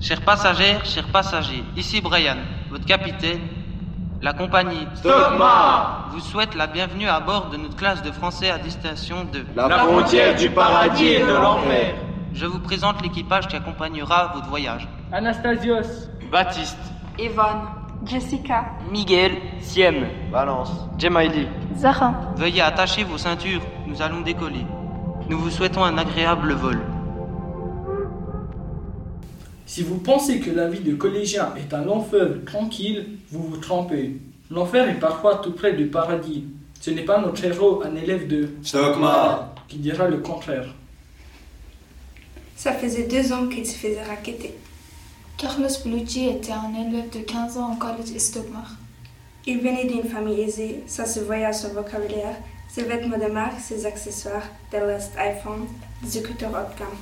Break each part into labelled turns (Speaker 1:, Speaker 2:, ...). Speaker 1: Chers passagers, chers passagers, ici Brian, votre capitaine. La compagnie
Speaker 2: Stockmar,
Speaker 1: vous souhaite la bienvenue à bord de notre classe de français à distinction 2.
Speaker 2: la frontière du paradis et de l'enfer.
Speaker 1: Je vous présente l'équipage qui accompagnera votre voyage.
Speaker 3: Anastasios,
Speaker 4: Baptiste,
Speaker 5: Evan,
Speaker 6: Jessica,
Speaker 4: Miguel, Siem,
Speaker 2: Valence,
Speaker 4: Jemaili.
Speaker 6: Zara,
Speaker 1: Veuillez attacher vos ceintures, nous allons décoller. Nous vous souhaitons un agréable vol.
Speaker 3: si vous pensez que la vie de collégien est un long feu tranquille, vous vous trompez. L'enfer est parfois tout près du paradis. Ce n'est pas notre héros, un élève de
Speaker 2: Stockmar,
Speaker 3: qui dira le contraire.
Speaker 5: ça faisait deux ans qu'il se faisait raqueter.
Speaker 6: Carlos Bellucci était un élève de 15 ans au collège Estogmar.
Speaker 5: Il venait d'une famille aisée, ça se voyait à son vocabulaire, ses vêtements de marque, ses accessoires, des last iPhone, des écouteurs haut de gamme.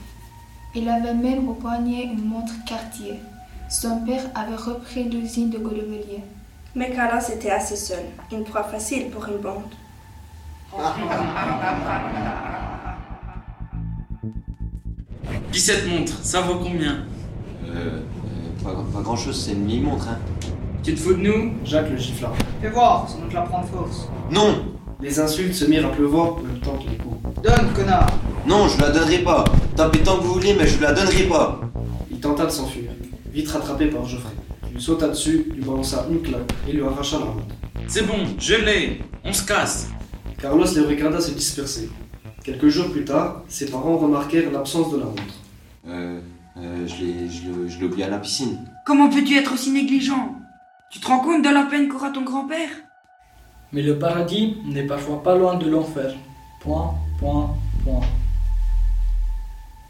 Speaker 6: Il avait même au poignet une montre Cartier. Son père avait repris l'usine de Golomelier.
Speaker 5: Mais Carlos était assez seul, une proie facile pour une bande.
Speaker 7: Pas, grand chose, c'est une mini-montre. Hein.
Speaker 8: Tu te fous de nous
Speaker 9: Jacques le gifla.
Speaker 8: Fais voir, sinon te la prends de force.
Speaker 7: Non
Speaker 9: Les insultes se mirent à pleuvoir en même temps que les coups.
Speaker 8: Donne, connard
Speaker 7: Non, je la donnerai pas. Tapez tant que vous voulez, mais je la donnerai pas.
Speaker 9: Il tenta de s'enfuir, vite rattrapé par Geoffrey. Il lui sauta dessus, lui balança une claque et lui arracha la montre.
Speaker 10: C'est bon, je l'ai. On se casse.
Speaker 9: Carlos les regarda se disperser. Quelques jours plus tard, ses parents remarquèrent l'absence de la montre.
Speaker 7: Euh, euh, je l'ai- je l'ai je l'ai oublié à la piscine.
Speaker 11: Comment peux-tu être aussi négligent Tu te rends compte de la peine qu'aura ton grand-père
Speaker 3: Mais le paradis n'est parfois pas loin de l'enfer. Point, point, point.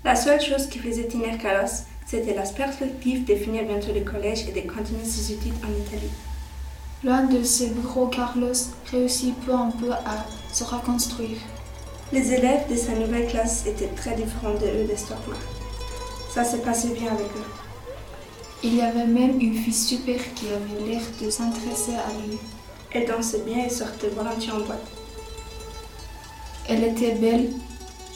Speaker 5: La seule chose qui faisait tenir Carlos, c'était la perspective de finir bientôt le collège et de continuer ses études en Italie.
Speaker 6: L'un de ses bureaux, Carlos, réussit peu à peu à se reconstruire.
Speaker 5: Les élèves de sa nouvelle classe étaient très différents de eux de Stockmar. Ça se passait bien avec eux.
Speaker 6: Il y avait même une fille super qui avait l'air de s'intéresser à lui.
Speaker 5: Elle dansait bien et sortait volontiers en boîte.
Speaker 6: Elle était belle,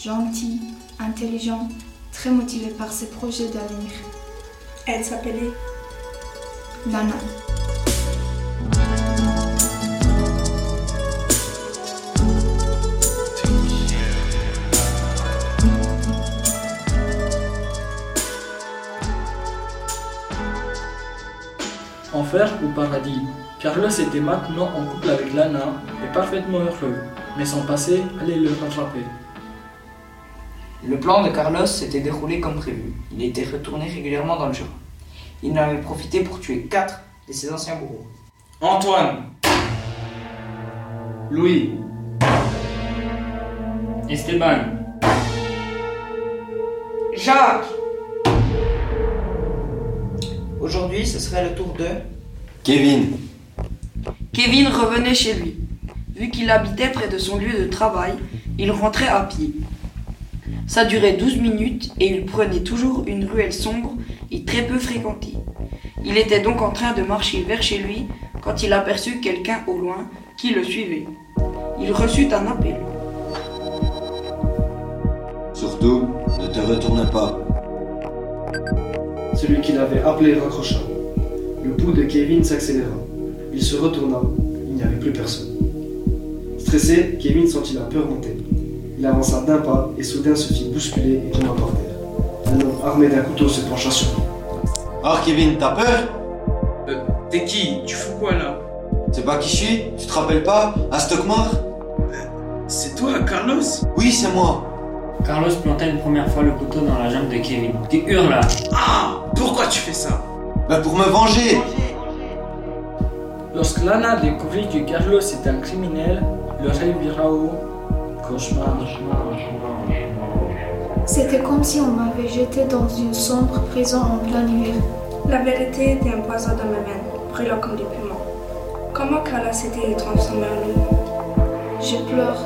Speaker 6: gentille, intelligente, très motivée par ses projets d'avenir.
Speaker 5: Elle s'appelait
Speaker 6: Lana.
Speaker 3: Enfer ou paradis Carlos était maintenant en couple avec Lana et parfaitement heureux, mais son passé allait le rattraper.
Speaker 8: Le plan de Carlos s'était déroulé comme prévu. Il était retourné régulièrement dans le jardin. Il en avait profité pour tuer quatre de ses anciens bourreaux.
Speaker 4: Antoine,
Speaker 9: Louis,
Speaker 4: Esteban,
Speaker 8: Jacques Aujourd'hui, ce serait le tour de...
Speaker 7: Kevin,
Speaker 11: Kevin revenait chez lui. Vu qu'il habitait près de son lieu de travail, il rentrait à pied. Ça durait 12 minutes et il prenait toujours une ruelle sombre et très peu fréquentée. Il était donc en train de marcher vers chez lui quand il aperçut quelqu'un au loin qui le suivait. Il reçut un appel.
Speaker 7: surtout, ne te retourne pas.
Speaker 9: celui qui l'avait appelé, raccrocha. Le pouls de Kevin s'accéléra. Il se retourna. Il n'y avait plus personne. Stressé, Kevin sentit la peur monter. Il avança d'un pas et soudain se fit bousculer et tomba par terre. Un homme armé d'un couteau se pencha sur lui.
Speaker 7: Alors Kevin, t'as peur
Speaker 10: Euh, T'es qui Tu fous quoi là
Speaker 7: C'est pas qui je suis Tu te rappelles pas À Stockmar
Speaker 10: Euh, C'est toi, Carlos
Speaker 7: Oui, c'est moi.
Speaker 4: Carlos planta une première fois le couteau dans la jambe de Kevin, qui hurla.
Speaker 10: Ah Pourquoi tu fais ça
Speaker 7: Bah pour me venger
Speaker 3: Lorsque Lana découvrit que Carlos était un criminel, le rêve vira au cauchemar.
Speaker 6: C'était comme si on m'avait jeté dans une sombre prison en plein hiver.
Speaker 5: La vérité était un poison dans mes veines, brûlant comme des piments. Comment Carlos était transformé en lui
Speaker 6: Je pleure,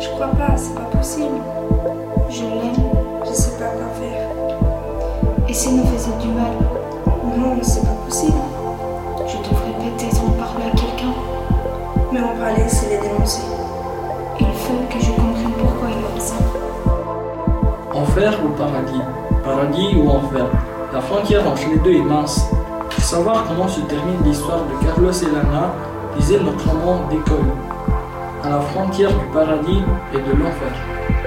Speaker 5: Je crois pas, c'est pas possible.
Speaker 6: je l'aime,
Speaker 5: Je sais pas quoi faire.
Speaker 6: et s'il me faisait du mal,
Speaker 5: Non, c'est pas possible.
Speaker 6: je devrais peut-être en parler à quelqu'un.
Speaker 5: Mais on parlait, c'est les dénoncer.
Speaker 6: Il faut que je comprenne pourquoi il est ça.
Speaker 3: Enfer ou paradis Paradis ou enfer La La frontière entre les deux est mince. Pour savoir comment se termine l'histoire de Carlos et Lana, lisez notre roman d'école, à la frontière du paradis et de l'enfer.